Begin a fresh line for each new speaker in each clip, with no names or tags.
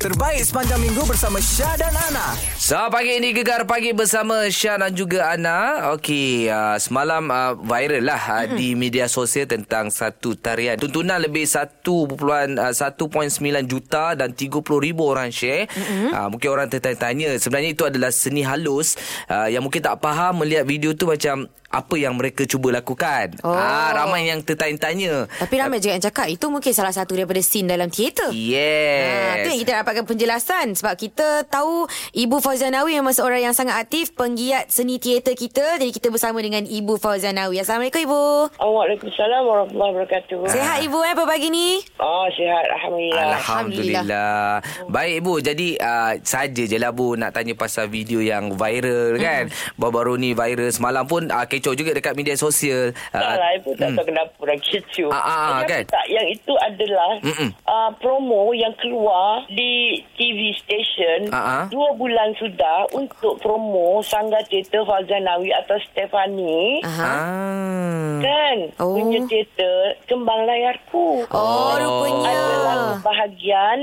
terbaik sepanjang minggu bersama Syah dan Ana.
So, pagi ini gegar pagi bersama Syah dan juga Ana. Okey, uh, semalam uh, viral lah uh, mm-hmm. di media sosial tentang satu tarian. Tuntunan lebih ah, 1.1.9 juta dan 30 ribu orang share. Mm-hmm. Uh, mungkin orang tertanya-tanya. Sebenarnya itu adalah seni halus uh, yang mungkin tak faham melihat video tu macam apa yang mereka cuba lakukan.
Oh.
Ah, ramai yang tertanya-tanya.
Tapi ramai juga yang cakap itu mungkin salah satu daripada scene dalam teater. Ah,
Yes.
tu yang kita dapatkan penjelasan sebab kita tahu Ibu Fauzanawi memang seorang yang sangat aktif penggiat seni teater kita. Jadi kita bersama dengan Ibu Fauzanawi. Assalamualaikum Ibu.
Waalaikumsalam warahmatullahi wabarakatuh.
Ah.
Sihat Ibu eh pada pagi ni?
Oh, sihat. Alhamdulillah.
Alhamdulillah. Baik Bu, jadi uh, saja je lah Bu nak tanya pasal video yang
Hmm.
viral kan. Baru-baru ni viral semalam pun uh, kecoh juga dekat media sosial. Uh,
Tak lah, ibu tak tahu kenapa orang kecoh.
Hmm. Ah, ah, ah,
Tapi
kan?
Tak, yang itu adalah
Mm-mm.
uh, promo yang keluar di TV station
Ah, ah.
dua bulan sudah untuk promo Sangga Teater Fauzanawi atau Stefani.
Aha.
Ah.
Kan?
Oh.
Punya teater Kembang Layarku.
Oh,
Adalah
rupanya.
ya.
bahagian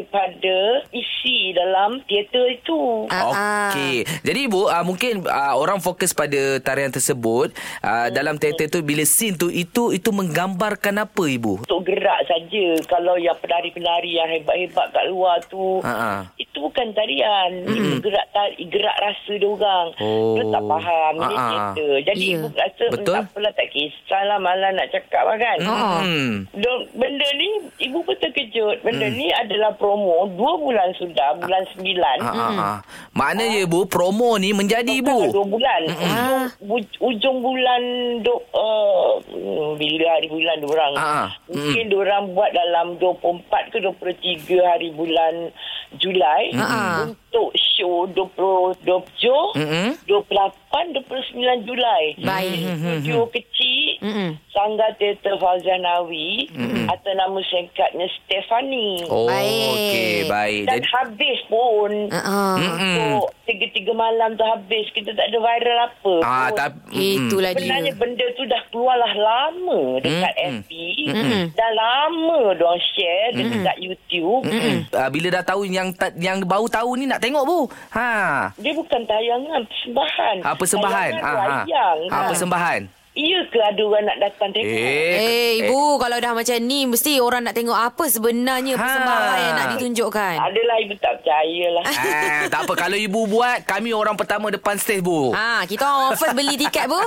daripada isi dalam teater itu.
Ah, ah.
Okey. Jadi Ibu, uh, mungkin uh, orang fokus pada tarian tersebut.
Hmm.
Uh, dalam teater tu bila scene tu itu itu menggambarkan apa Ibu?
untuk gerak saja. Kalau yang penari-penari yang hebat-hebat kat luar tu,
Ha, ha.
itu bukan tarian. Itu gerak ta- gerak rasa dia orang.
Oh.
Dia tak faham. Ini
Ha, ha.
cerita. Jadi
Ya.
ibu rasa "Hmm,
Betul.
tak apalah tak kisahlah malah nak cakap lah kan.
Oh.
Hmm.
Dok, benda ni ibu pun terkejut. Benda ni adalah promo dua bulan sudah, bulan sembilan.
Ha,
Hmm.
ha, ha. Maknanya Ibu, promo ni menjadi Ibu.
Bukan Dua bulan. Ujung, bu- ujung bulan dok uh, hmm, bila hari bulan diorang.
Ah, ah.
Mungkin diorang buat dalam 24 ke 23 hari bulan Julai
Ah, ah.
untuk show 20 27
Mm-mm.
28 29 Julai.
Baik.
Studio kecil
Mm-mm.
Sangga Teater Fauzanawi atau nama singkatnya Stefani.
Oh,
Baik.
okey, baik.
Dan
Jadi
habis pun
Ah, ah.
Hmm.
So, tiga-tiga malam tu habis. Kita tak ada viral apa.
Ah, hmm.
pun.
tapi
Itulah dia.
Sebenarnya benda tu dah keluarlah lama dekat
Mm-mm.
FB. Dah lama diorang share dekat YouTube.
Mm-mm. Uh, bila dah tahu yang ta- yang baru tahu ni nak tengok bu. Ha.
Dia bukan tayangan, persembahan.
Apa sembahan?
Tayangan
Ha, ha.
wayang.
Apa sembahan?
Iya ke ada orang nak datang tengok?
Eh, Ibu, kalau dah macam ni mesti orang nak tengok apa
Ha.
sebenarnya persembahan yang nak ditunjukkan.
Adalah ibu tak percayalah.
Ah, tak apa kalau ibu buat kami orang pertama depan stage bu.
Ah, kita orang first beli tiket bu.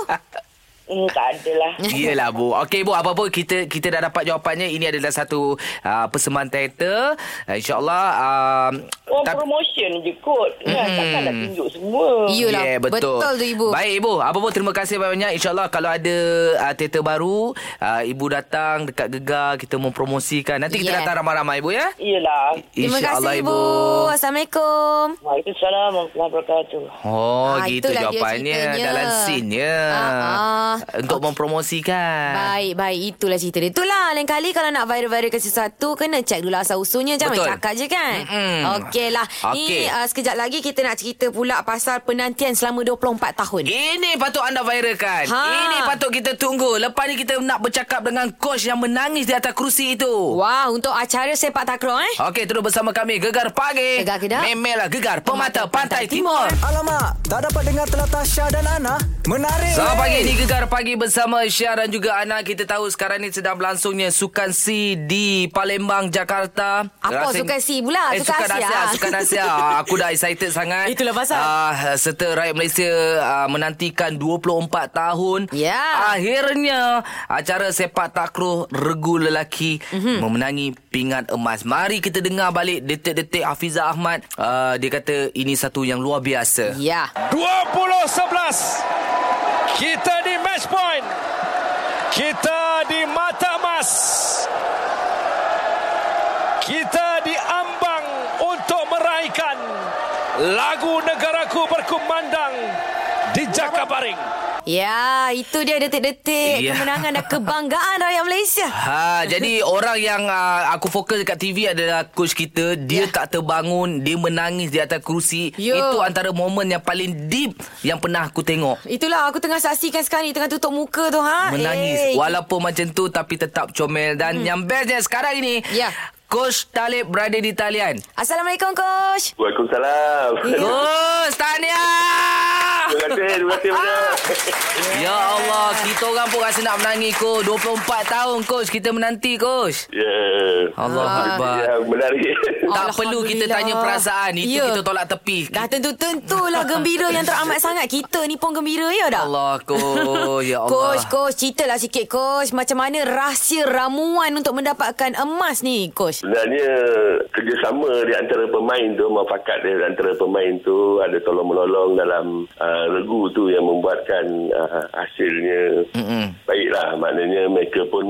Hmm, tak adalah.
Iyalah bu. Okey bu apa-apa kita kita dah dapat jawapannya ini adalah satu uh, persembahan teater. Uh, InsyaAllah um,
Orang
tap-
promotion je kot. Kan? Takkan nak tunjuk semua.
Iyalah,
Yeah, betul.
betul tu, Ibu.
Baik ibu, apa pun terima kasih banyak-banyak. InsyaAllah kalau ada uh, teater baru, uh, ibu datang dekat Gegar, kita mempromosikan. Nanti kita
Yeah.
datang ramai-ramai ibu ya.
Iyalah.
Terima
InsyaAllah,
kasih Ibu. Assalamualaikum.
Waalaikumsalam warahmatullahi wabarakatuh.
Oh,
Ah,
gitu
itulah dia
jawapannya
ceritanya.
dalam scene-nya.
Ah, ah.
Untuk okay. mempromosikan.
Baik, baik. Itulah cerita dia. Itulah. Lain kali kalau nak viral-viralkan sesuatu, kena cek dulu asal-usulnya. Jangan
Betul.
Betul. cakap je kan?
Mm-mm.
Okey lah.
Okey.
Ni uh, sekejap lagi kita nak cerita pula pasal penantian selama 24 tahun.
Ini patut anda viralkan.
Ha.
Ini patut kita tunggu. Lepas ni kita nak bercakap dengan coach yang menangis di atas kerusi itu.
Wah, untuk acara sepak takraw eh.
Okey, terus bersama kami Gegar Pagi.
Gegar Kedah.
Memelah Gegar Pemata Pantai, Timur.
Alamak, tak dapat dengar telatah Syah dan Ana? Menarik.
Selamat pagi ini Gegar Pagi bersama Syah dan juga Ana Kita tahu sekarang ni sedang berlangsungnya Sukan C di Palembang, Jakarta
Apa Sukan C pula?
Eh,
Sukan
Sukan Asia,
Asia.
Sukan Asia Ah, Aku dah excited sangat
Itulah pasal.
uh, Serta rakyat Malaysia uh, menantikan 24 tahun
Ya.
Akhirnya acara sepak takraw regu lelaki
Mhm.
mm-hmm. Memenangi pingat emas Mari kita dengar balik detik-detik Hafiza Ahmad uh, Dia kata ini satu yang luar biasa
Ya.
20-11 Kita di match point Kita di mata emas Kita di ambang untuk meraihkan Lagu negaraku berkumandang di Jakabaring
Ya, itu dia detik-detik
Ya.
kemenangan dan kebanggaan rakyat Malaysia.
Ha, jadi orang yang uh, aku fokus dekat TV adalah coach kita. Dia yeah. tak terbangun, dia menangis di atas kerusi.
Ya. Yo.
Itu antara momen yang paling deep yang pernah aku tengok.
Itulah aku tengah saksikan sekarang ni tengah tutup muka tu ha.
Menangis
Eh. Hmm.
walaupun macam tu tapi tetap comel dan yang bestnya sekarang ini
Ya.
Coach Talib berada di talian.
Assalamualaikum coach.
Waalaikumsalam.
Ya.
Oh. Coach Tania!
Terima kasih, terima kasih banyak.
Ya Allah, kita orang pun rasa nak menangi coach. 24 tahun coach, kita menanti coach.
Ya.
Allah Akbar.
Ya, menarik.
Tak perlu kita
Alhamdulillah.
tanya perasaan. Itu
Ya.
kita tolak tepi.
Dah tentu-tentulah gembira yang teramat sangat. Kita ni pun gembira ya tak?
Allah coach. Ya Allah.
Coach, coach, ceritalah sikit coach. Macam mana rahsia ramuan untuk mendapatkan emas ni coach?
Sebenarnya kerjasama di antara pemain tu, muafakat di antara pemain tu ada tolong menolong dalam uh, regu tu yang membuatkan uh, hasilnya Mm-mm. baiklah. Maknanya mereka pun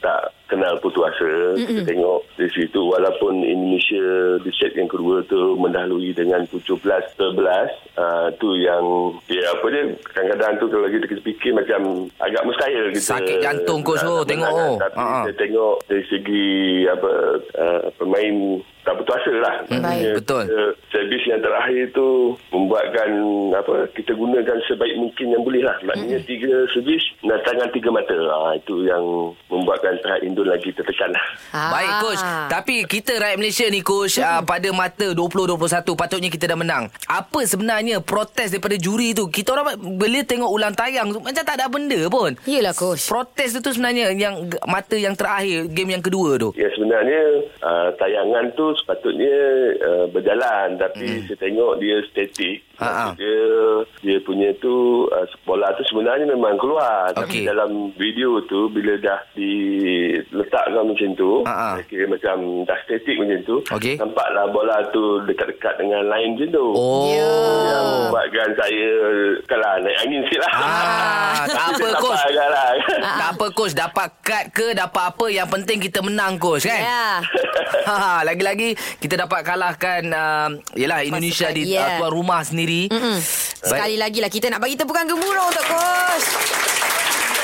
tak kenal putus asa. Kita tengok di situ walaupun Indonesia di set yang kedua tu mendahului dengan 17 11 uh, tu yang ya apa dia kadang-kadang tu kalau kita fikir macam agak mustahil kita
Sakit jantung, Coach.
nak-
Oh,
nak
tengok,
menang.
oh.
Tapi
Ha-ha.
kita tengok dari segi apa uh, pemain tak putus asa lah. Maksudnya,
betul.
Uh, servis yang terakhir tu membuatkan apa kita gunakan sebaik mungkin yang boleh lah. Maknanya hmm. tiga servis dan tangan tiga mata. Ha, itu yang membuatkan tahap Indon lagi tertekan lah.
Baik
Ah.
coach. Tapi kita rakyat Malaysia ni coach uh, pada mata 2021 patutnya kita dah menang. Apa sebenarnya protes daripada juri tu? Kita orang bila tengok ulang tayang tu macam tak ada benda pun.
Yelah coach.
Protes tu, tu sebenarnya yang g- mata yang terakhir game yang kedua tu.
Ya sebenarnya uh, tayangan tu sepatutnya uh, berjalan tapi saya tengok dia statik.
Hmm. Ha, ha.
Dia dia punya tu uh, bola tu sebenarnya memang keluar tapi
Okey.
dalam video tu bila dah diletakkan macam tu
Ha, ha.
kira macam dah statik macam tu
Okey.
nampaklah bola tu dekat-dekat dengan line macam tu.
Oh.
Yang membuatkan saya kalah naik angin sikit lah.
Ah, tak
Tapi
apa, Ha,
dapat
coach.
agak lah.
Ya.
Tak apa coach dapat kad ke dapat apa yang penting kita menang coach kan.
Ya.
Ha, lagi-lagi kita dapat kalahkan uh, yalah Indonesia di
yeah.
yeah. uh, tuan rumah sendiri.
ya. Mm-mm. Sekali lagi lah kita nak bagi tepukan gemuruh untuk coach.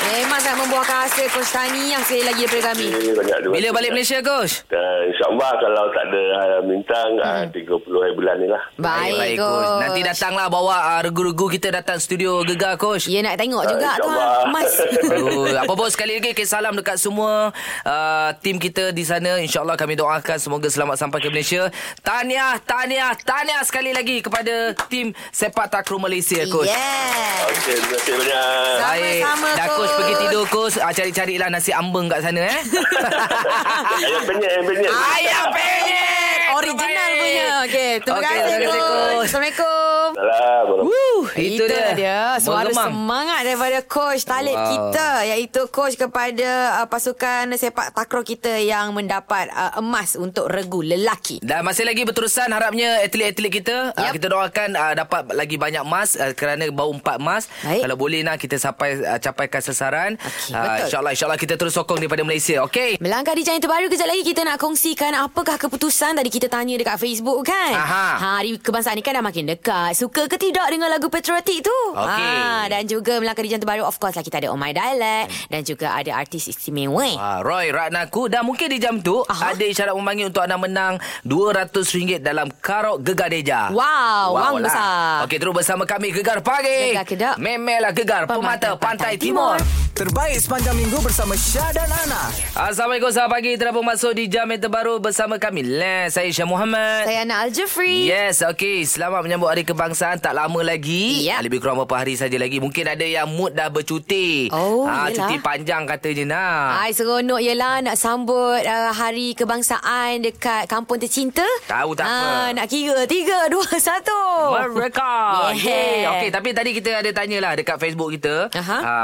Memang sangat membuahkan hasil coach Tani yang sekali lagi daripada kami.
Eh, banyak terima
Bila
kasih.
balik Malaysia coach?
Uh, InsyaAllah kalau tak ada uh, bintang hmm. uh, 30 hari bulan ni lah
Baik, Baik coach.
Nanti datanglah bawa uh, regu-regu kita datang studio Gegar coach.
Ya nak tengok juga tu
InsyaAllah.
ah, emas.
Oh, apa pun sekali lagi okay, salam dekat semua uh, tim kita di sana. InsyaAllah kami doakan semoga selamat sampai ke Malaysia. Tahniah, tahniah, tahniah sekali lagi kepada tim sepak takraw Malaysia coach.
Yeah.
Okey terima kasih banyak
Baik.
Ya, Sama-sama,
Dah coach
Coach.
pergi tidur coach. Ah, cari-carilah nasi ambeng kat sana eh.
Ayam penyet Ayam penyet
Ayam penyet.
Original
Terbaik.
punya. Okey, terima
Okey, terima
kasih
kasih,
coach.
coach.
Assalamualaikum.
Salam
Wuh, itu dia.
dia. Suara
Menggemang.
semangat daripada coach Talib wow.
Wow.
kita iaitu coach kepada uh, pasukan sepak takraw kita yang mendapat uh, emas untuk regu lelaki.
Dan masih lagi berterusan harapnya atlet-atlet kita yep. uh,
Yap.
kita doakan uh, dapat lagi banyak emas uh, kerana baru empat emas.
Baik.
Kalau boleh nah kita sampai uh, capaikan sasaran.
Okey, betul.
uh, insyaallah insyaallah kita terus sokong daripada Malaysia. Okey.
Melangkah di Jalan Terbaru kejap lagi kita nak kongsikan apakah keputusan tadi kita tanya dekat Facebook kan.
Aha.
Hari kebangsaan ni kan dah makin dekat. Suka ke tidak dengan lagu patriotik tu? Ha,
Okey.
dan juga Melangkah di Jalan Terbaru of course lah kita ada Oh My Dialect dan juga ada artis istimewa.
Ah, Roy Ratnaku dan mungkin di jam tu Aha.
Aha.
ada isyarat memanggil untuk anda menang RM200 dalam Karok Gegar Deja.
Wow, wang
lah.
besar.
Okey, terus bersama kami Gegar Pagi.
Gegar Kedap.
Memelah Gegar Pemata, Pantai, Timur. Timur.
Terbaik sepanjang minggu bersama Syah dan Ana.
Assalamualaikum, selamat pagi. Telah pun masuk di jam yang terbaru bersama kami. Lah, saya Syah Muhammad.
Saya Ana Al-Jafri.
Yes, okey. Selamat menyambut Hari Kebangsaan. Tak lama lagi.
Yap.
Lebih kurang beberapa hari saja lagi. Mungkin ada yang mood dah bercuti.
Oh,
Ah,
yelah.
cuti panjang katanya nak.
Hai, seronok yelah nak sambut uh, hari kebangsaan dekat kampung tercinta.
Tahu tak
Ah,
apa.
Nak kira. Tiga, dua, satu.
Mereka
Yeah.
yeah. Okey Tapi tadi kita ada tanyalah Dekat Facebook kita
Aha.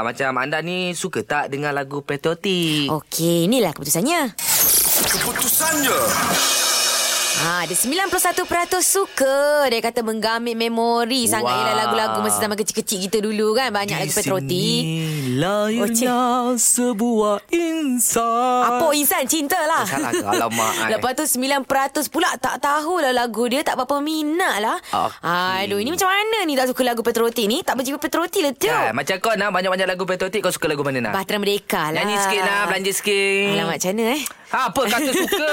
ah, Macam anda ni Suka tak dengar lagu patriotik
Okey, inilah keputusannya.
Keputusannya.
Ha, ada 91% suka. Dia kata menggamit memori wow. sangat
Wow.
ialah lagu-lagu masa zaman kecil-kecil kita dulu kan. Banyak lagu patriotik.
lahirnya oh, sebuah insan
Apa insan cinta lah
Salah ke? Ah. Alamak, ai.
Lepas tu 9% pula Tak tahulah lagu dia Tak berapa minat lah
Okey.
Aduh Ini macam mana ni Tak suka lagu patriotik ni Tak berjiwa patriotik lah tu
Kan, macam kau nak banyak-banyak lagu patriotik kau suka lagu mana nak?
Bahtera Merdeka lah
Nyanyi sikit nak, belanja sikit.
Alamak macam mana eh
Ha, apa kata suka?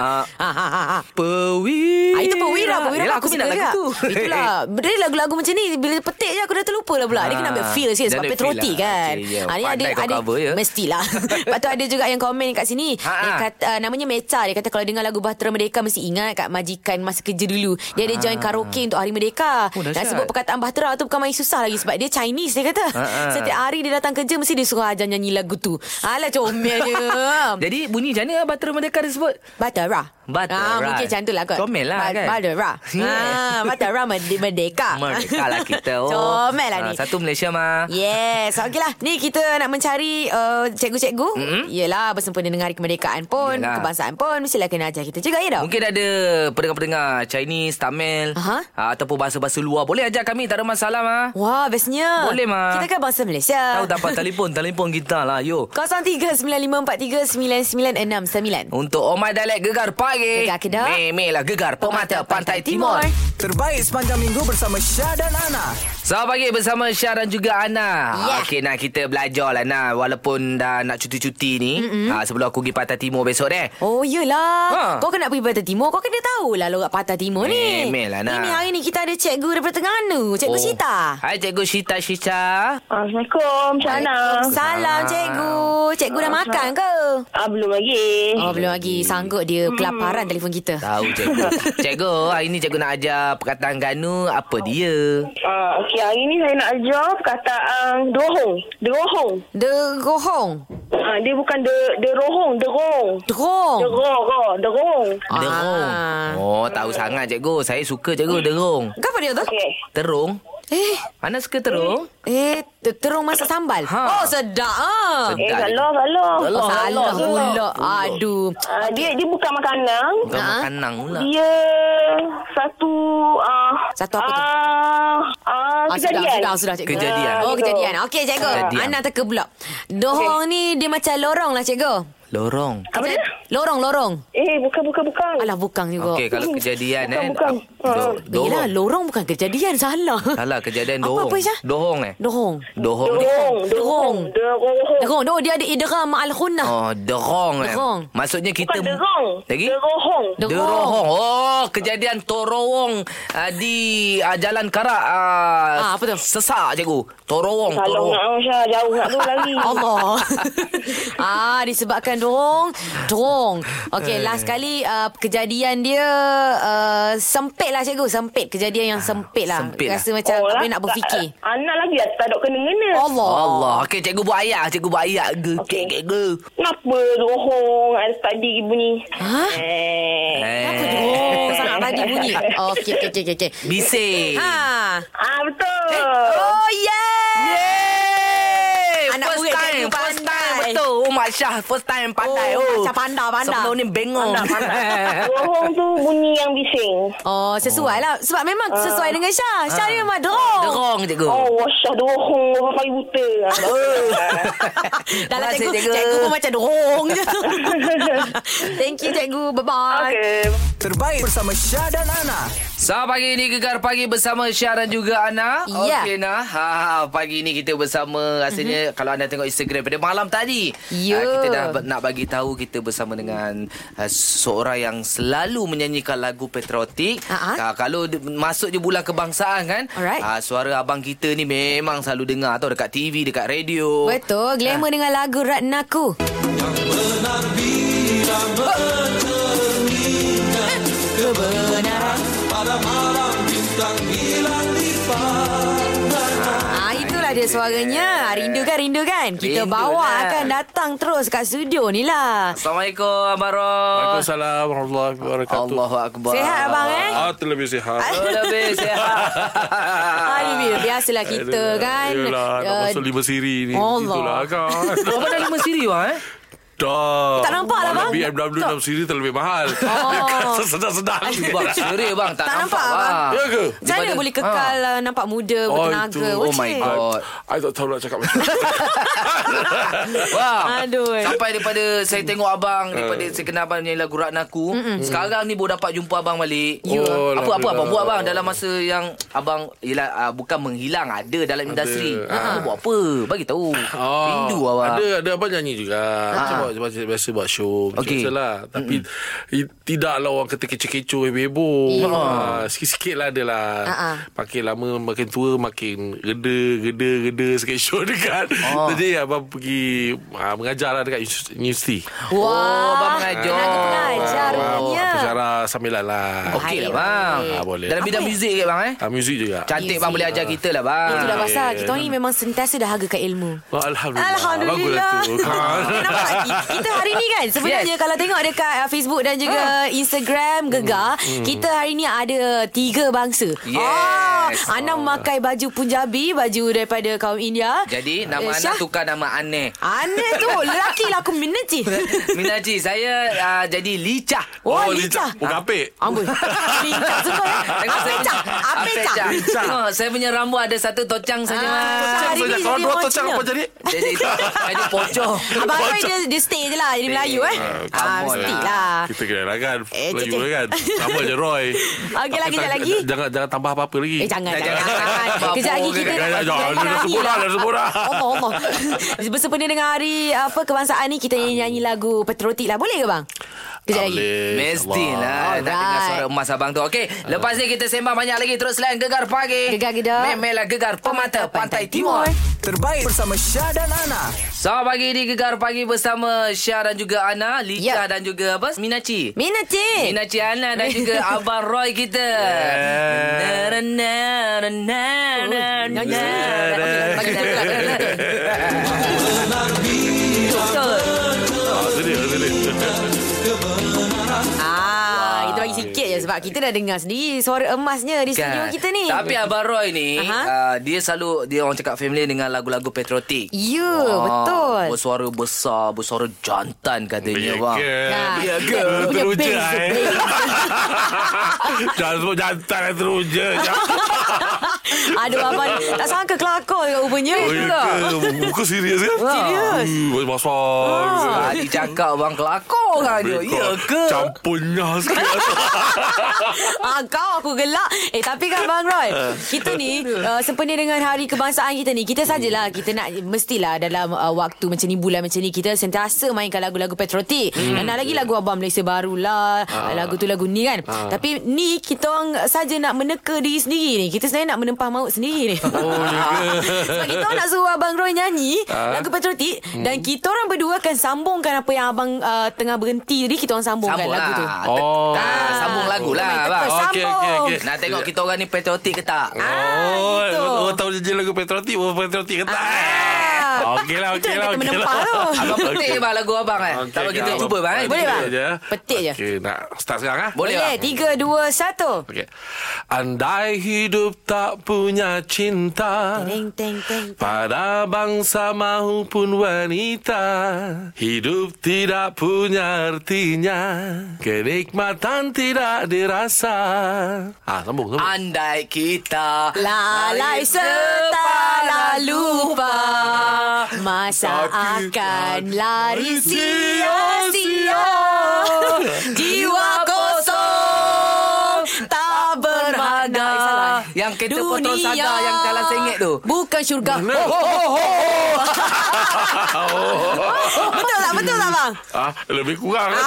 Ah,
Ha, ha, ha, ha.
Pewira.
Ah, itu Pewira Pewira
Yelah,
aku,
minat
suka
lagu
juga.
tu.
Itulah Dia lagu-lagu macam ni Bila petik je Aku dah terlupa lah pula Dia kena ambil
Ah,
feel sikit
dia
Sebab
ambil
Petroti
feel lah.
kan
Okey, ya.
Ah, ni
Pandai kau cover, ya.
Mestilah Lepas tu ada juga yang komen kat sini
Ha,
dia
ha.
kata, ah, Namanya Mecha Dia kata kalau dengar lagu Bahtera Merdeka Mesti ingat kat majikan Masa kerja dulu Dia ada join karaoke Untuk Hari Merdeka
Ha. Oh,
Dan
dahsyat.
sebut perkataan Bahtera tu Bukan main susah lagi Sebab dia Chinese dia kata
Ha, ha.
Setiap hari dia datang kerja Mesti dia suruh ajar nyanyi lagu tu Alah comelnya
Jadi bunyi macam mana Batera Merdeka dia sebut?
Batera.
Batera.
Ah, mungkin macam tu lah kot.
Comel lah kan?
Batera. Ah,
Yeah.
Batera merde- merdeka.
Merdeka lah kita. Oh.
Comel
Ah,
lah Ah. ni. Ya.
Satu Malaysia mah.
Yes, okey lah. Ni kita nak mencari uh, cikgu-cikgu. Mm-hmm. Yelah, bersempena dengan hari kemerdekaan pun,
Yelah.
Yelah. kebangsaan pun. Mestilah kena ajar kita juga, ya tak?
Mungkin ada pendengar-pendengar Chinese, Tamil
Aha.
ah, Ataupun bahasa-bahasa luar Boleh ajar kami Tak ada masalah mah
Wah, bestnya.
Boleh, Ma.
Kita kan bangsa Malaysia.
Tahu tak apa Telefon Telefon kita lah Yo
0395439969.
Untuk Omai Dialek Gegar Pagi
Gegar Kedah.
Memelah Gegar Pemata Pantai Timur
Terbaik sepanjang minggu bersama Syah dan Ana.
Selamat pagi bersama Syah dan juga Ana.
Ya.
Okey, nah kita belajar lah nah walaupun dah nak cuti-cuti ni. Ha, sebelum aku pergi Pantai Timur besok deh.
Oh yelah
Ha.
Kau kena pergi Pantai Timur Kau kena tahu lah Lorak Pantai Timur ni
Memel lah, Nak.
Ini hari ni kita ada cikgu daripada Terengganu Cikgu oh. Sita
Hai Cikgu Sita Sita.
Ah, Assalamualaikum, Syana.
Salam cikgu. Cikgu dah makan ke?
Ah, belum lagi.
Oh belum lagi sanggup dia kelaparan telefon kita.
Tahu cikgu. cikgu, hari ni cikgu nak ajar perkataan Ganu apa dia?
Ah, okey, hari ni saya nak ajar perkataan derohong. Derohong.
Derohong.
Ah, dia bukan de derohong, derong.
Derong.
Derong, derong.
Ah.
Derung. Oh, tahu sangat cikgu. Saya suka cikgu derung.
Kenapa dia tu?
Okey.
Terung?
Eh,
Ana suka terung?
eh ter- terung masak sambal.
Ha.
Oh sedap ah.
Sedap.
Eh, tak lah, tak lah.
Tak lah.
Oh, salah
Salah,
pula.
salah.
Aduh.
Ah, dia dia bukan makanan.
Bukan
Ha?
makanan pula.
Dia satu ah
Satu apa tu?
Ah, ah,
Ah, sudah,
kejadian.
sudah, sudah, cikgu.
Kejadian.
Oh, kejadian. Okey, cikgu.
Kejadian.
Ana teka pula. Dohong ni dia macam lorong lah, cikgu.
Lorong.
Apa dia?
Lorong, lorong.
Eh, bukan, bukan, bukan.
Oh. Alah, bukan juga.
Okey, kalau kejadian
Bukan,
eh.
bukan.
ah, do-
Ha.
dorong.
Yelah, lorong bukan kejadian. Salah.
Salah kejadian
Apa,
dohong.
apa, Syah?
Dohong eh?
Dohong.
Dohong. ni-
Derong, derong, derong.
Derong. Oh, dia ada idram al khunnah.
Oh, derong eh.
Derong.
Maksudnya
Bukan
kita
derong.
Lagi?
Derohong.
Derong.
Derohong. Oh, kejadian Torowong uh, di uh, Jalan Karak. Uh,
Ah, apa tu?
Sesak cikgu. Torowong,
Kalau
Torowong.
nak Aisyah jauh nak tu lari.
Eh, Allah. ah disebabkan dorong, dorong. Okey,
Eh.
last kali uh, kejadian dia uh, sempit lah cikgu, sempit kejadian yang sempit
Ah,
lah.
sempit
Rasa
lah.
macam tak
lah,
boleh nak berfikir.
tak- Anak lagi dah tak ada kena-kena.
Allah.
Allah. Okey, cikgu buat ayat. Cikgu buat ayat. Ge, okay.
Okey.
cikgu.
Kenapa rohong ada tadi bunyi?
Ha?
Eh.
Kenapa
Eh,
dorong sangat tadi bunyi? Okey, okey, okey, okey. okey.
bising.
Ha.
Ah betul.
Oh, yeah.
Yeay!
Anak
First
murid
time,
cikgu
first time
pandai.
betul. Oh, Mak Syah first time pandai.
Oh, Mak
Oh,
Syah pandai, pandai.
Sebelum ni bengong.
Eh,
Rohong tu bunyi yang bising.
Oh, sesuai lah. Sebab memang sesuai dengan Syah. Syah ni memang dorong.
Derong cikgu.
Oh, wasyah rohong orang pakai buta.
Dalam
Terima kasih,
lah, cikgu, cikgu,
cikgu.
cikgu pun macam dorong je. Thank you, cikgu. Bye-bye.
Okey.
Terbaik bersama Syah dan Ana.
Selamat pagi ini Gegar Pagi bersama Syah dan juga Ana.
Ya. Mhm.
Okey Nah, ha, ha, pagi ini kita bersama rasanya mm-hmm. kalau anda tengok Instagram pada malam tadi. ah,
Ya.
kita dah b- nak bagi tahu kita bersama dengan uh, seorang yang selalu menyanyikan lagu patriotik.
Ha-ha.
Ah, kalau di- masuk je bulan kebangsaan kan.
Alright.
ah, suara abang kita ni memang selalu dengar tau dekat TV, dekat radio.
Betul, glamour dengan lagu Ratnaku. Ah, itulah dia suaranya. Rindu kan, rindu kan? Kita
Rindu
bawa
lah.
akan datang terus kat studio ni lah.
Assalamualaikum Abang Ros.
Waalaikumsalam warahmatullahi wabarakatuh.
Allahu akbar.
Sehat abang eh?
Ah, terlebih sihat.
Oh, lebih
Ah,
sehat.
ni bi- biasalah kita kan.
Eh, Yelah, nak
uh,
masuk lima siri ni.
Allah.
Itulah kan.
Oh, abang dah lima siri bang eh?
Dah.
Tak nampak lah,
Malah
bang.
BMW
Tak.
6 siri terlebih mahal.
Oh.
Sedang-sedang.
Bang, serius bang. Tak,
Tak nampak,
nampak, bang.
abang.
Ya ke?
Macam mana
Daripada-
boleh kekal ah. nampak muda, bertenaga?
itu.
Oh, my
cik.
God.
I tak tahu nak cakap macam mana.
Ha, Bang.
Aduh. eh.
Sampai daripada saya tengok abang,
Eh.
daripada saya kenal abang nyanyi lagu Ratnaku, sekarang ni baru dapat jumpa abang balik.
Ya. Oh,
apa apa
Alhamdulillah.
abang buat bang dalam masa yang abang ialah uh, bukan menghilang ada dalam industri.
Ah.
Abang buat apa? Bagi tahu. Oh. Rindu ah, abang.
Ada ada abang nyanyi juga. Cuma buat macam biasa buat show macam
Okey.
okay. lah. Tapi mm tidaklah orang kata kecoh-kecoh heboh. Ha, sikit-sikit lah dia lah.
Ha-ha.
Makin lama makin tua makin reda reda reda sikit show dekat. Oh. Jadi abang pergi ha, mengajar lah dekat uni- universiti.
Wah,
Oh, abang mengajar.
Tenaga pengajar rupanya.
Apa syarah samilan lah.
Okey lah
Baik,
bang.
baik. Ah, boleh.
Dalam bidang
Apa?
muzik ke bang eh?
Ha, muzik juga.
Cantik bang
Muzik.
boleh ajar kita lah bang.
Itulah pasal kita orang ni memang sentiasa dahaga kat ilmu.
Oh, Alhamdulillah.
Alhamdulillah.
Baguslah tu.
Kenapa tak? Kita hari ni kan sebenarnya
lah Ah. Yes. Ah. Hmm,
yes. kalau tengok dekat uh, Facebook dan juga Instagram gegar, kita hari ni ada tiga bangsa.
Yes. Oh.
Ah, Ana memakai baju Punjabi, baju daripada kaum India.
Jadi nama
Eh,
anak
Syah,
tukar nama aneh.
Ana tu lelaki lah aku minat je.
Minaji, saya uh, jadi licah.
Oh,
lincah.
lincah.
Oh, kapek.
Amboi. Lincah semua. eh.
Tengok saya
Apecah.
punya-
Apecah.
Apecah. Tengok, saya punya rambut ada satu tocang saja.
Ah,
Mas.
tocang
Macam
Hari
saja.
ni
Kalau
dia
dua
orang
tocang
Cina.
apa jadi?
Jadi itu jadi pocong.
Abang Roy dia, dia stay je lah Jadi Melayu eh
Ah,
ah,
come on
Mesti
lah.
lah
Kita kena lah kan
Eh,
Melayu
cik, cik.
lah kan Sama je Roy
Okey lah,
Tapi
kejap
tak-
lagi.
Jangan jangan tambah apa-apa lagi
Eh jangan
Dah,
jangan,
jangan.
jangan.
Bapak
Kejap lagi
orang
kita
kata,
nak Oh,
jangan, jangan. Dah sebut dah, dah sebut dah.
Allah Allah Bersempena dengan hari Apa kebangsaan ni Kita nyanyi lagu patriotik lah Boleh ke bang? Kejap
Tak
lagi
boleh. lah.
Mestilah
Alright.
Nak lah. dengar suara emas abang tu Okey Lepas ni kita sembang banyak lagi Terus lain Gegar Pagi
Gegar Gedak.
Memelah Gegar Pemata Pantai, Timur,
Terbaik bersama Syah dan Ana.
Selamat pagi di Gegar Pagi Bersama Syah dan juga Ana Lika
Yep.
dan juga apa? Minaci
Mina cik
Minaci Ana dan juga Abang Roy kita Na, na, na, na, na, na,
Nyanyi
na.
sendiri. Okey, bagi kita pula, pula, pula. Betul.
Ah, tu dia, tu dia.
Ah, Kita bagi sikit je Sebab kita dah dengar sendiri Suara emasnya
Kan?
Di studio kita ni
Kan. Tapi Abang Roy ni
Aha.
uh, Dia selalu Dia orang cakap family Dengan lagu-lagu patriotik
Ya
Ah,
betul
Bersuara besar, bersuara jantan katanya bang.
Ya
ke? Teruja eh. Jangan sebut jantan yang teruja.
Aduh abang Tak sangka kelakor juga rupanya
Oh, ya ke? Muka serius kan?
Serius.
Uh, Masak.
Ah, dia cakap bang kelakor kan dia. Ya ke?
Campurnya sikit.
ah, Kau aku gelak Eh tapi kan Bang Roy Kita ni uh, Sempena dengan hari kebangsaan kita ni Kita sajalah Kita nak Mestilah dalam uh, Waktu macam ni Bulan macam ni Kita sentiasa mainkan lagu-lagu patriotik hmm. Dan nak lagi lagu Abang Malaysia Baru lah ah. Lagu tu lagu ni kan ah. Tapi ni Kita orang saja nak meneka diri sendiri ni Kita sebenarnya nak menempah maut sendiri ni Oh Sebab kita orang nak suruh Abang Roy nyanyi ah. Lagu patriotik hmm. Dan kita orang berdua akan sambungkan Apa yang Abang uh, tengah berhenti tadi Kita orang sambungkan
Sambung lah.
lagu tu
Oh.
Ah, sambung lagu lah
Main
bang.
teka,
Okey,
sambung. Ah.
okey, okey.
Nak tengok kita orang ni patriotik ke tak?
Oh,
gitu.
orang tahu je lagu patriotik, orang patriotik ke tak?
Ah.
Okey lah,
Itu
okey
yang
lah,
kata
okey
menempah tu.
lah.
Abang petik
Okey.
je bang lagu abang kan.
Okey,
Okay, tak
okey,
kita
abang.
cuba bang. eh.
Boleh, bang?
Petik je.
Petik je.
Okey, nak start sekarang ah.
Boleh
Boleh,
bang.
tiga, dua, satu.
Okey. Andai hidup tak punya cinta
Teng, teng, teng.
pada bangsa maupun wanita Hidup tidak punya artinya Kenikmatan tidak dirasa Ah, sambung, sambung
Andai kita
Lalai serta lalu lupa Masa akan lari sia-sia Jiwa kosong Tak bermakna
Eh, salah. Yang kereta potong
Dunia
sadar yang jalan sengit tu.
Bukan syurga oh, oh, oh, oh. Betul tak? Betul tak bang?
Ah, lebih kurang ah.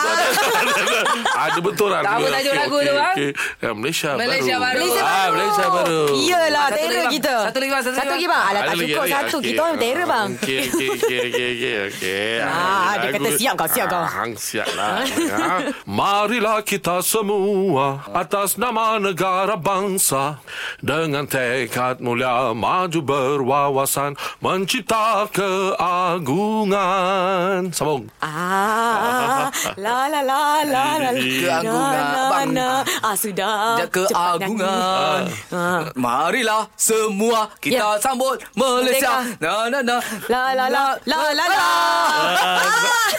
Ada betul lah
Tak apa tajuk lagu tu, bang?
Ya, Malaysia,
Malaysia baru.
Malaysia baru ah, Malaysia baru
Iyalah
Satu lagi,
terror
bang.
kita
Satu lagi, bang. Satu
Satu
lagi,
lagi bang Alah
Ada
tak
lagi,
cukup
ada lagi. Ah,
satu
Okey.
Kita orang terror bang
Okey, okey, okey, okey, okey, okey.
Ah, dia
Lagu-
kata siap kau, siap kau.
Ah, siap lah. Ya. Marilah kita semua atas nama negara bangsa dengan tekad mulia maju berwawasan mencipta keagungan. Sambung.
Ah, la la la la la.
Keagungan, bang.
Ah sudah.
Ja-
Cepat
keagungan.
nyanyi. Ah.
Marilah semua kita
Ya.
sambut Malaysia. Na na na.
La la la la la la.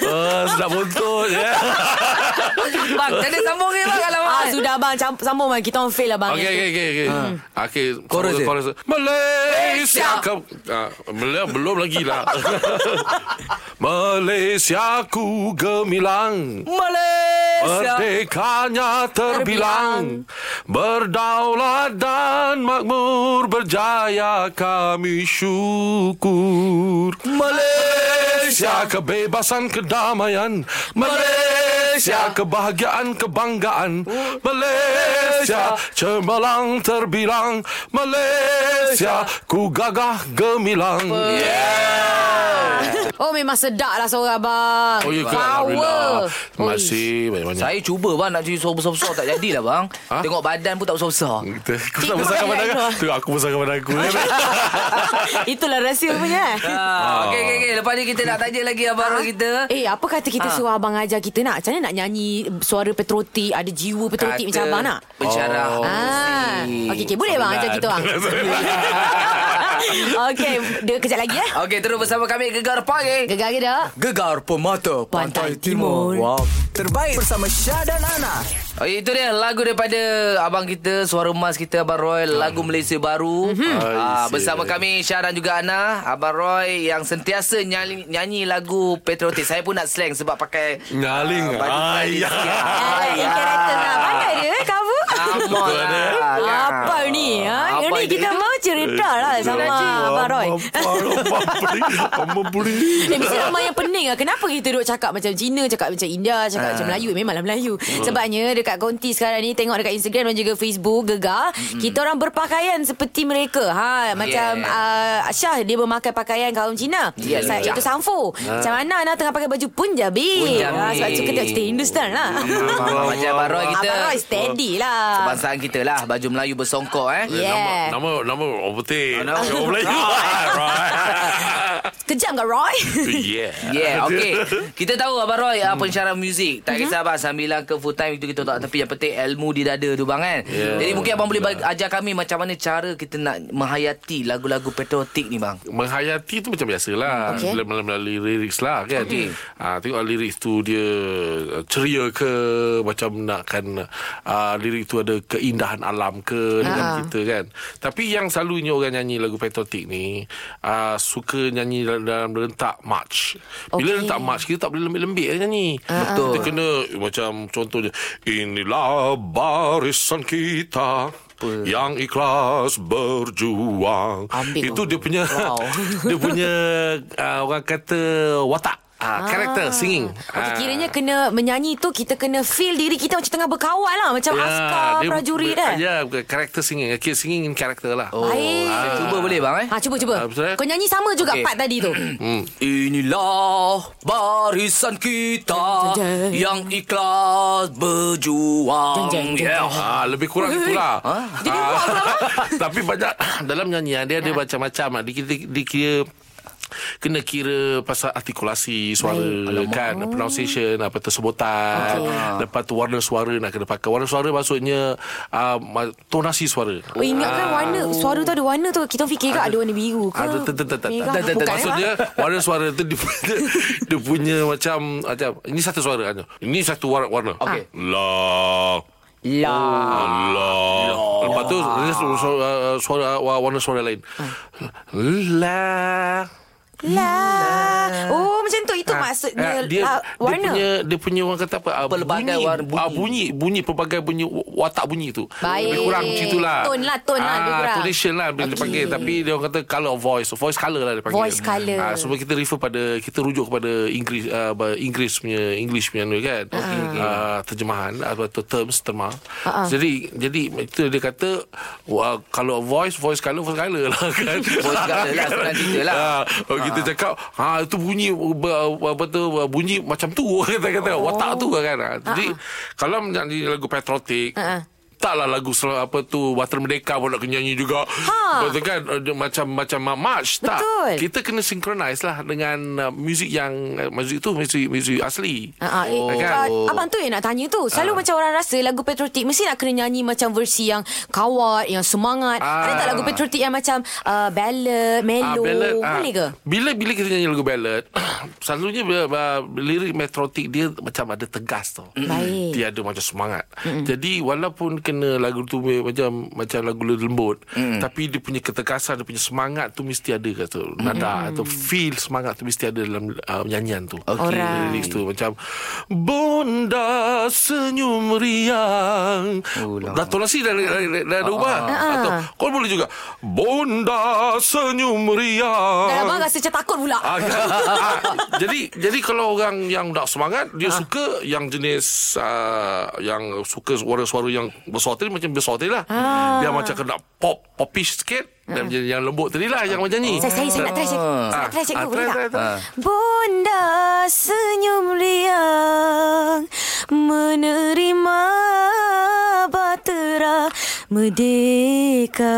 Ah, sedap buntut ya.
Bang, jadi sambung ni bang kalau
Ah sudah bang Camp- sambung bang kita orang fail lah bang.
Okey okey okey okey. Okey.
Chorus dia.
Ah, chorus. Malaysia.
Malaysia.
Kau, ah, belum belum lagi lah. Malaysia ku gemilang.
Malaysia.
Merdekanya terbilang Berdaulat dan makmur Berjaya kami syukur Malaysia Malaysia kebebasan kedamaian Malaysia kebahagiaan kebanggaan Malaysia cemerlang terbilang Malaysia ku gagah gemilang
Oh memang sedap lah suara abang.
Oh ya ke
Power.
Alhamdulillah Terima kasih banyak-banyak
Saya cuba bang nak curi suara besar-besar tak jadilah bang.
Ha?
Tengok badan pun tak besar-besar.
Kau tak besarkan badan kan Tu aku besarkan badan aku
Oi. Itulah rahsia punya. eh.
Ah, okey okey okey. Lepas ni kita nak tanya lagi abang Rod kita.
Eh apa kata kita suruh abang ajar kita nak Macam mana nak nyanyi Suara petrotik Ada jiwa petrotik macam abang nak
Pencara.
Oh.
Ah, Okey okey boleh bang ajar kita bang Okey dia kejap lagi eh
Okey terus bersama kami Gegar Pagi.
Gegar ke tak
Gegar Pemata
Pantai Timur.
Wow. Terbaik bersama Syah dan Ana.
Oh, itu dia lagu daripada abang kita, suara emas kita Abang Roy, lagu Malaysia Baru. Mm-hmm.
Ah,
bersama
isi.
kami Syah dan juga Ana, Abang Roy yang sentiasa nyanyi, nyanyi lagu patriotik. Saya pun nak slang sebab pakai ah,
Nyaling
baju
Ayah
Ah, In character lah Pandai dia eh cover
Sama lah.
Apa ni ha?
Apa
Ini
ni?
kita mau cerita lah Sama Abang Roy
Mama buli
Eh, mesti ramai yang pening lah. Kenapa kita duk cakap macam Cina, cakap macam India, cakap
Ah.
macam Melayu. Eh, Memanglah Melayu. Sebabnya dekat konti sekarang ni, tengok dekat Instagram dan juga Facebook, gegar. Kita orang berpakaian seperti mereka. Ha, macam uh, Syah, dia memakai pakaian kaum Cina.
Ya,
Sa-
ya.
Itu Sanfo.
Ah.
Macam mana Ana tengah pakai baju
Punjabi.
Punjabi. Ha, sebab tu kita cerita Hindustan lah.
Macam Abang Roy kita.
Abang Roy steady lah.
Bangsaan kita lah, baju Melayu bersongkok eh.
Yeah.
Nama Nama orang putih
Nama-
Nama orang Melayu
Kejam kat Roy.
Yeah
Yeah, okay. Kita tahu Abang Roy hmm. pensyarah muzik.
Mhm.
Tak kisah abang sambilan ke full time itu kita tak tapi yang penting ilmu di dada tu bang kan.
Yeah.
Jadi mungkin abang boleh bagi, ajar kami macam mana cara kita nak menghayati lagu-lagu patriotik ni bang.
Menghayati tu macam biasalah
Okey.
okay. Melalui lyrics lah kan
Okey.
ha, Tengok lirik tu dia uh, Ceria ke Macam nakkan uh, Lirik tu ada keindahan alam ke Dengan
Ha.
kita kan Tapi yang selalunya orang nyanyi lagu patriotik ni uh, Suka nyanyi dalam, dalam rentak march
Okey.
Bila rentak march Kita tak boleh lembik-lembik kan nyanyi
Ah,
Betul.
Kita kena eh, macam contohnya Inilah barisan kita yang ikhlas berjuang
Ambil
itu
tu.
dia punya
Wow.
dia punya uh, orang kata watak uh, karakter singing
Okay, Ah.
Ah.
kiranya kena menyanyi tu kita kena feel diri kita macam tengah berkawal lah macam
Ya,
askar
dia
prajurit
ber-
eh.
Ya, karakter singing. Okay, singing in karakter lah. Oh.
Baik.
Saya cuba boleh bang eh.
Ha cuba cuba.
Ah, betul, eh? Hmm.
Kau nyanyi sama juga
Okey.
okay. part tadi tu.
Inilah barisan kita
Jeng, jeng, jeng.
yang ikhlas berjuang.
Jeng, jeng, jeng,
Yeah.
jeng.
Ah, lebih kurang itulah. Ha?
Jadi buat apa, Ya.
Tapi banyak dalam nyanyian dia ada macam-macam. Ah, Dia, dia, dia kira kena kira pasal artikulasi suara Baik. kan
Oh.
pronunciation apa tersebutan okay. lepas tu warna suara nak kena pakai warna suara maksudnya uh, tonasi suara
Oh ingat
Ah.
kan warna suara tu ada warna tu kita fikir ke ada warna biru ke?
Ada tak tak tak tak.
Merah ke?
tak, tak, tak.
Bukan,
Maksudnya
eh,
warna suara tu dia punya, dia punya macam macam ini satu suara hanya. Ini satu warna warna.
Okey.
La
La.
la. Lepas tu eh, dia su- su- uh, suara wa- warna suara lain. La.
La. Oh macam tu itu maksudnya
Hmm. Ah, dia,
la,
dia
warna.
punya dia punya orang kata apa? ah,
Pelbagai
bunyi,
warna bunyi.
ah, bunyi bunyi pelbagai bunyi watak bunyi tu.
Baik.
Lebih kurang gitulah.
Tone lah, tone lah, lebih kurang.
Tonation lah bila dia
Okey.
panggil tapi dia orang kata color of voice, voice color lah dia panggil.
Voice colour.
Ah, sebab kita refer pada kita rujuk kepada Inggeris ah, bah- Inggeris punya English punya ni kan. Ah, terjemahan atau terms terma.
Ah,
Jadi jadi itu dia kata wah, color of voice, voice color, voice color lah kan.
Voice colour lah, senang cerita lah.
Ah, oh, kita cakap ha itu bunyi ber- apa tu bunyi macam tu kata kata oh. watak tu kan.
Ha,
Ah, Jadi kalau menyanyi lagu patriotik
Ha-ha.
Taklah lagu sel- apa tu Water Merdeka pun nak kena nyanyi juga.
Ha.
Betul kan Eh, dia macam macam march tak.
Betul.
Kita kena synchronize lah dengan uh, muzik yang uh, muzik tu muzik muzik asli.
Ah, ah, eh,
Oh. Ah.
ah, abang tu yang nak tanya tu Selalu macam orang rasa Lagu patriotik Mesti nak kena nyanyi Macam versi yang Kawat Yang semangat Ada
Ah.
tak lagu patriotik Yang macam uh, Ballad Melo
ballad, ah.
Boleh ke?
Bila bila kita nyanyi lagu ballad, selalunya bila, uh, lirik metrotik dia macam ada tegas tau.
Baik.
Dia ada macam semangat. Mm-mm. Jadi walaupun kena mana lagu tu punya macam macam lagu lembut mm. tapi dia punya ketekasan dia punya semangat tu mesti ada kata nada atau feel semangat tu mesti ada dalam uh, nyanyian tu
Okey.
Alright.
lirik tu macam bonda senyum riang dah tonasi dah dah, dah, dah, dah ubah
Ah,
atau kau boleh juga bonda senyum riang
Dan abang rasa macam takut pula.
Oh. Ah, ah, jadi jadi kalau orang yang tak semangat
Ah.
dia suka yang jenis ah, yang suka suara-suara yang bersuara macam bersuara lah.
Ah.
Dia macam kena pop popish sikit dan jadi yang lembut tadi lah yang macam ni.
Saya, Ah. saya, saya nak try cikgu. Saya nak
Ah,
try cikgu.
ah,
Boleh
try,
tak?
try, try.
Bunda senyum riang menerima batera merdeka.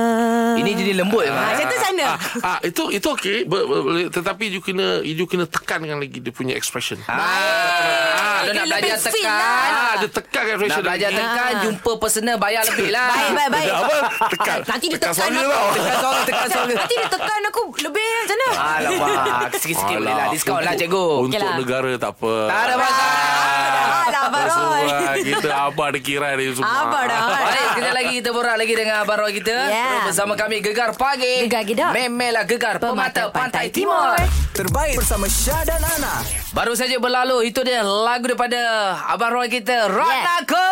Ini jadi lembut je,
Ah,
Mak.
macam tu sana.
Ah, ah, itu itu okey Ber- ber- boleh. tetapi you kena you kena tekankan lagi dia punya expression. Ah,
Ah, dia
Dia
nak
lebih
belajar
feel
tekan.
lah. Ah.
dia tekankan
Nak
expression.
belajar
dia.
tekan, jumpa personal bayar lebih lah.
Baik, baik, baik. Ah,
Apa? Tekan.
Nanti dia
Tekan
tekan
suara
aku.
tau.
Tekan suara, tekan suara.
Nanti dia tekan aku lebih macam mana?
Ah.
Alamak, sikit-sikit boleh lah.
Alah,
Diskaun lah,
untuk-
cikgu.
Untuk
Okeylah.
negara tak apa.
Tak ada masalah.
Alah, Barol.
Semua kita abah ada kira ni semua.
Abah dah.
Baik, kejap lagi kita borak lagi dengan abang Roy kita.
Ya.
Terus bersama kami Gegar Pagi.
Gegar Gedak.
Memelah Gegar Pemata, Pantai, Timur.
Terbaik bersama Syah dan Ana.
Baru saja berlalu, itu dia lagu daripada abang Roy kita, Rotaku.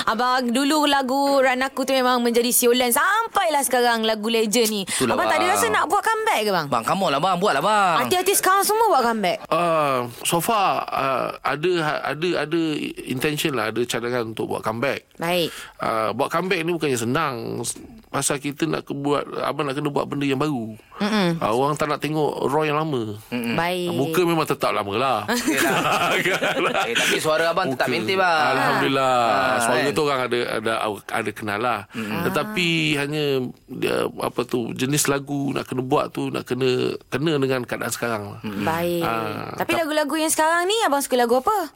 Abang dulu lagu Ranaku tu memang menjadi siulan Sampailah sekarang lagu legend ni
Itulah,
Abang tak ada
bang.
rasa nak buat comeback ke bang?
Bang, kamu lah bang, buatlah
Ah.
bang.
Artis-artis sekarang semua buat comeback
Uh, so far uh, ada ada ada intention lah ada cadangan untuk buat comeback.
Baik
Uh, buat comeback ni bukannya senang pasal kita nak ke- buat abang nak kena buat benda yang baru. Uh, orang tak nak tengok Roy yang lama.
Baik
Muka memang tetap lama lah.
Eh, tapi suara abang tetap maintain bang.
Alhamdulillah.
Ah,
Ha, Suara
kan?
tu orang ada ada ada kenal lah. Hmm. Tetapi hanya dia, apa tu jenis lagu nak kena buat tu nak kena kena dengan keadaan sekarang lah.
Mm.
Hmm.
Baik
Ah,
Tapi lagu-lagu yang sekarang ni Abang suka lagu apa?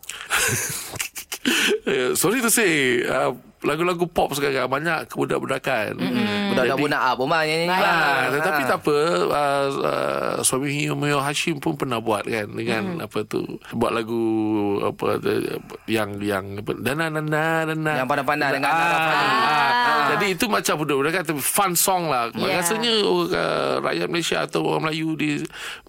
Eh, Sorry to say uh, lagu-lagu pop sekarang banyak kebudak-budakan. Hmm.
Budak-budak up pun bang nyanyi bang.
Ah, tetapi tak apa uh, uh, suami Humio Hashim pun pernah buat kan dengan
Hmm.
apa tu buat lagu apa uh, yang yang apa dana dana dana Ah,
Yang pandai-pandai dengan Ah. Nara Fadli.
Jadi itu macam budak-budak kata fun song lah.
Ya.
Yeah. Rasanya uh, rakyat Malaysia atau orang Melayu di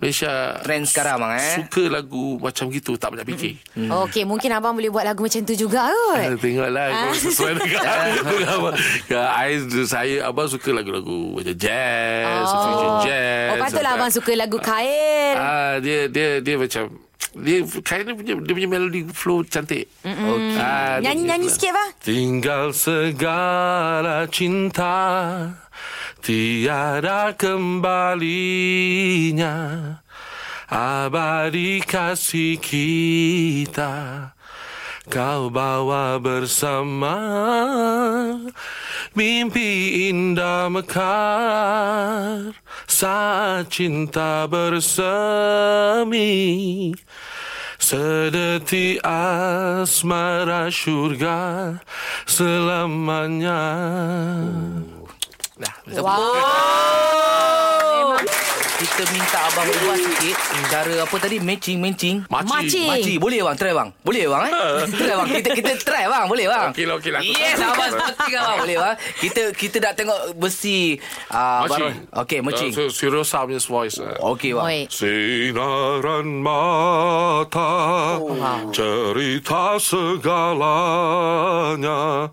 Malaysia
Trend sekarang bang eh.
suka lagu macam gitu tak banyak fikir.
Hmm. Okey mungkin abang boleh buat lagu macam tu juga
Ah,
kot
Tengoklah ah. Sesuai dengan dengan abang. Dengan I- Saya Abang suka lagu-lagu Macam jazz oh. Fusion jazz
Oh patutlah
macam-
abang suka lagu kail
Ah dia dia dia macam dia kayaknya punya dia punya melody flow cantik. Okay. Ah, dia punya
Nyanyi-nyanyi
flow.
sikit bang
Tinggal segala cinta tiada kembalinya abadi kasih kita kau bawa bersama mimpi indah mekar saat cinta bersemi Sedeti asmara syurga selamanya. Nah,
Kita minta abang ubah sikit cara apa tadi matching matching.
Makcik.
Eh.
Makcik boleh bang try bang. Boleh bang eh? try bang. Kita kita try bang. Boleh bang.
Okey lah, okey lah. Aku
Yes
try.
abang seperti kan bang. Boleh bang. Kita kita nak tengok besi ah baru- Okey matching.
Uh, si Rosa punya voice. Uh.
Okey bang.
Oi.
Sinaran mata cerita segalanya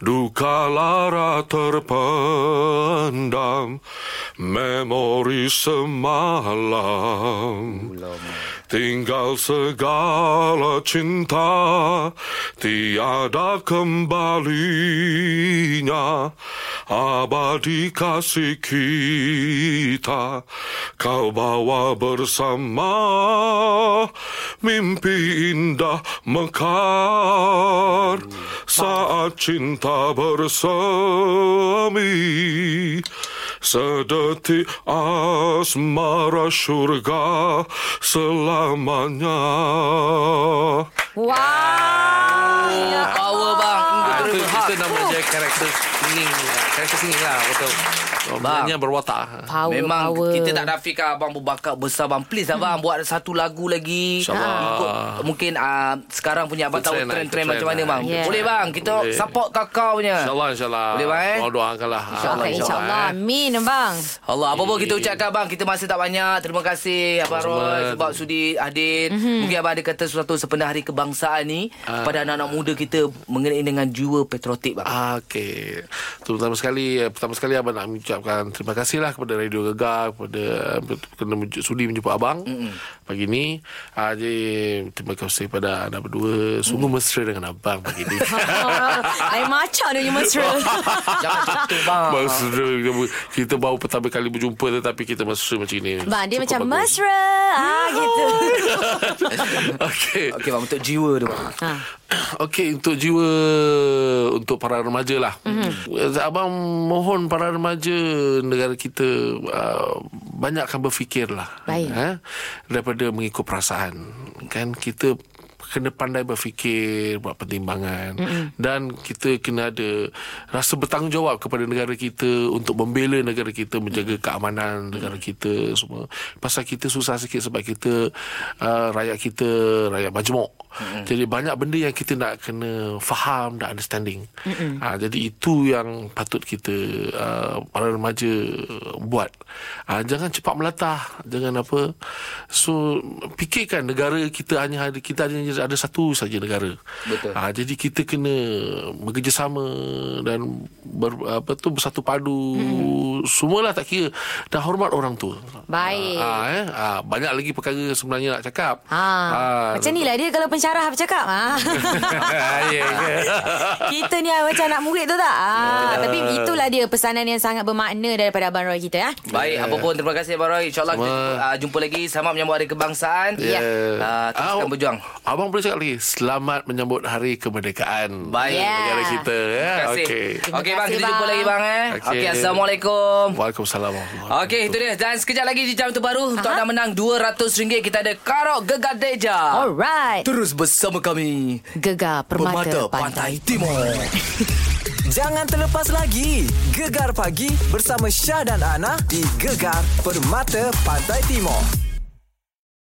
duka lara terpendam memori semalam tinggal segala cinta tiada kembalinya abadi kasih kita kau bawa bersama mimpi indah mekar saat cinta bersemi Sedeti asmara syurga selamanya.
Wow
Ya.
Power bang.
ya.
Ah, itu kita nama
Oh,
je
karakter singing Karakter singing lah betul Bang
Orangnya berwatak.
Power,
Memang
power.
kita tak nafikan abang berbakat besar bang. Please abang buat satu lagu lagi.
Hmm. InsyaAllah.
Ikut, mungkin uh, sekarang punya abang
Ikut
tahu
trend lah,
trend-trend
ikut
macam
trend
mana
lah.
bang.
Yeah.
Boleh bang, kita
Boleh.
support kakao punya.
InsyaAllah, insyaAllah.
Boleh, bang, eh?
Orang doakanlah.
InsyaAllah InsyaAllah
eh.
Amin abang
Allah apa pun kita ucapkan abang Kita masih tak banyak Terima kasih Abang
Sama-sama.
Roy Sebab sudi hadir
Mhm.
mm-hmm. Mungkin abang ada kata Sesuatu sepenuh hari kebangsaan ni
Ah.
Pada anak-anak muda kita Mengenai dengan jiwa patriotik bang
Ah, Okey. Terutama sekali eh, pertama sekali abang nak mengucapkan terima kasihlah kepada Radio Gegar kepada eh, kerana menju- sudi menjumpa abang mm pagi ni. Ah jadi terima kasih kepada anda berdua. Sungguh mesra dengan abang pagi ni.
Air macam dia punya mesra
Jangan jatuh bang
Mesra kita- Kita baru pertama kali berjumpa Tetapi kita mesra macam ni
Bang dia
Cukup
macam
bagus.
mesra ah, Gitu
Okey
Okey bang untuk jiwa tu bang
ha.
Okey untuk jiwa untuk para remaja lah. Mm-hmm. Abang mohon para remaja negara kita uh, banyakkan berfikirlah.
Baik.
Eh, daripada mengikut perasaan. Kan kita kena pandai berfikir, buat pertimbangan mm-hmm. dan kita kena ada rasa bertanggungjawab kepada negara kita untuk membela negara kita, menjaga keamanan negara kita semua. Pasal kita susah sikit sebab kita uh, rakyat kita rakyat majmuk. Mm-hmm. Jadi banyak benda yang kita nak kena faham dan understanding. Mm-hmm. Ha, jadi itu yang patut kita uh, para remaja buat. Ha, jangan cepat melatah, jangan apa. So fikirkan negara kita hanya ada kita hanya ada satu saja negara.
Betul.
Ha, jadi kita kena bekerjasama dan ber, apa tu bersatu padu. Mm-hmm. Semualah tak kira dan hormat orang tua.
Baik.
Ha, eh? ha, banyak lagi perkara sebenarnya nak cakap. Ah,
Ha. Macam ni lah dia kalau pensyarah bercakap ha.
ya ke?
Kita ni macam nak murid tu tak ha. Tapi itulah dia pesanan yang sangat bermakna Daripada Abang Roy kita ya.
Baik, apa pun terima kasih Abang Roy. InsyaAllah kita
Sama.
jumpa, uh, jumpa lagi sama menyambut Hari Kebangsaan.
Ya.
Uh, teruskan
Abang-
berjuang.
Ah, Abang boleh cakap lagi Selamat menyambut hari kemerdekaan
Baik.
Ya.
Negara kita ya.
Terima kasih.
Okey
Okey okay,
Terima
bang,
kasih,
kita jumpa
bang.
lagi bang eh. Okey,
Okey.
okay, Assalamualaikum.
Waalaikumsalam
Okey, itu dia. Dan sekejap lagi di jam terbaru untuk anda menang RM200 kita ada Karok Gegadeja.
Alright
Terus bersama kami.
Gegar Permata, Pantai,
Timur.
Jangan terlepas lagi. Gegar pagi bersama Syah dan Ana di Gegar Permata Pantai Timur.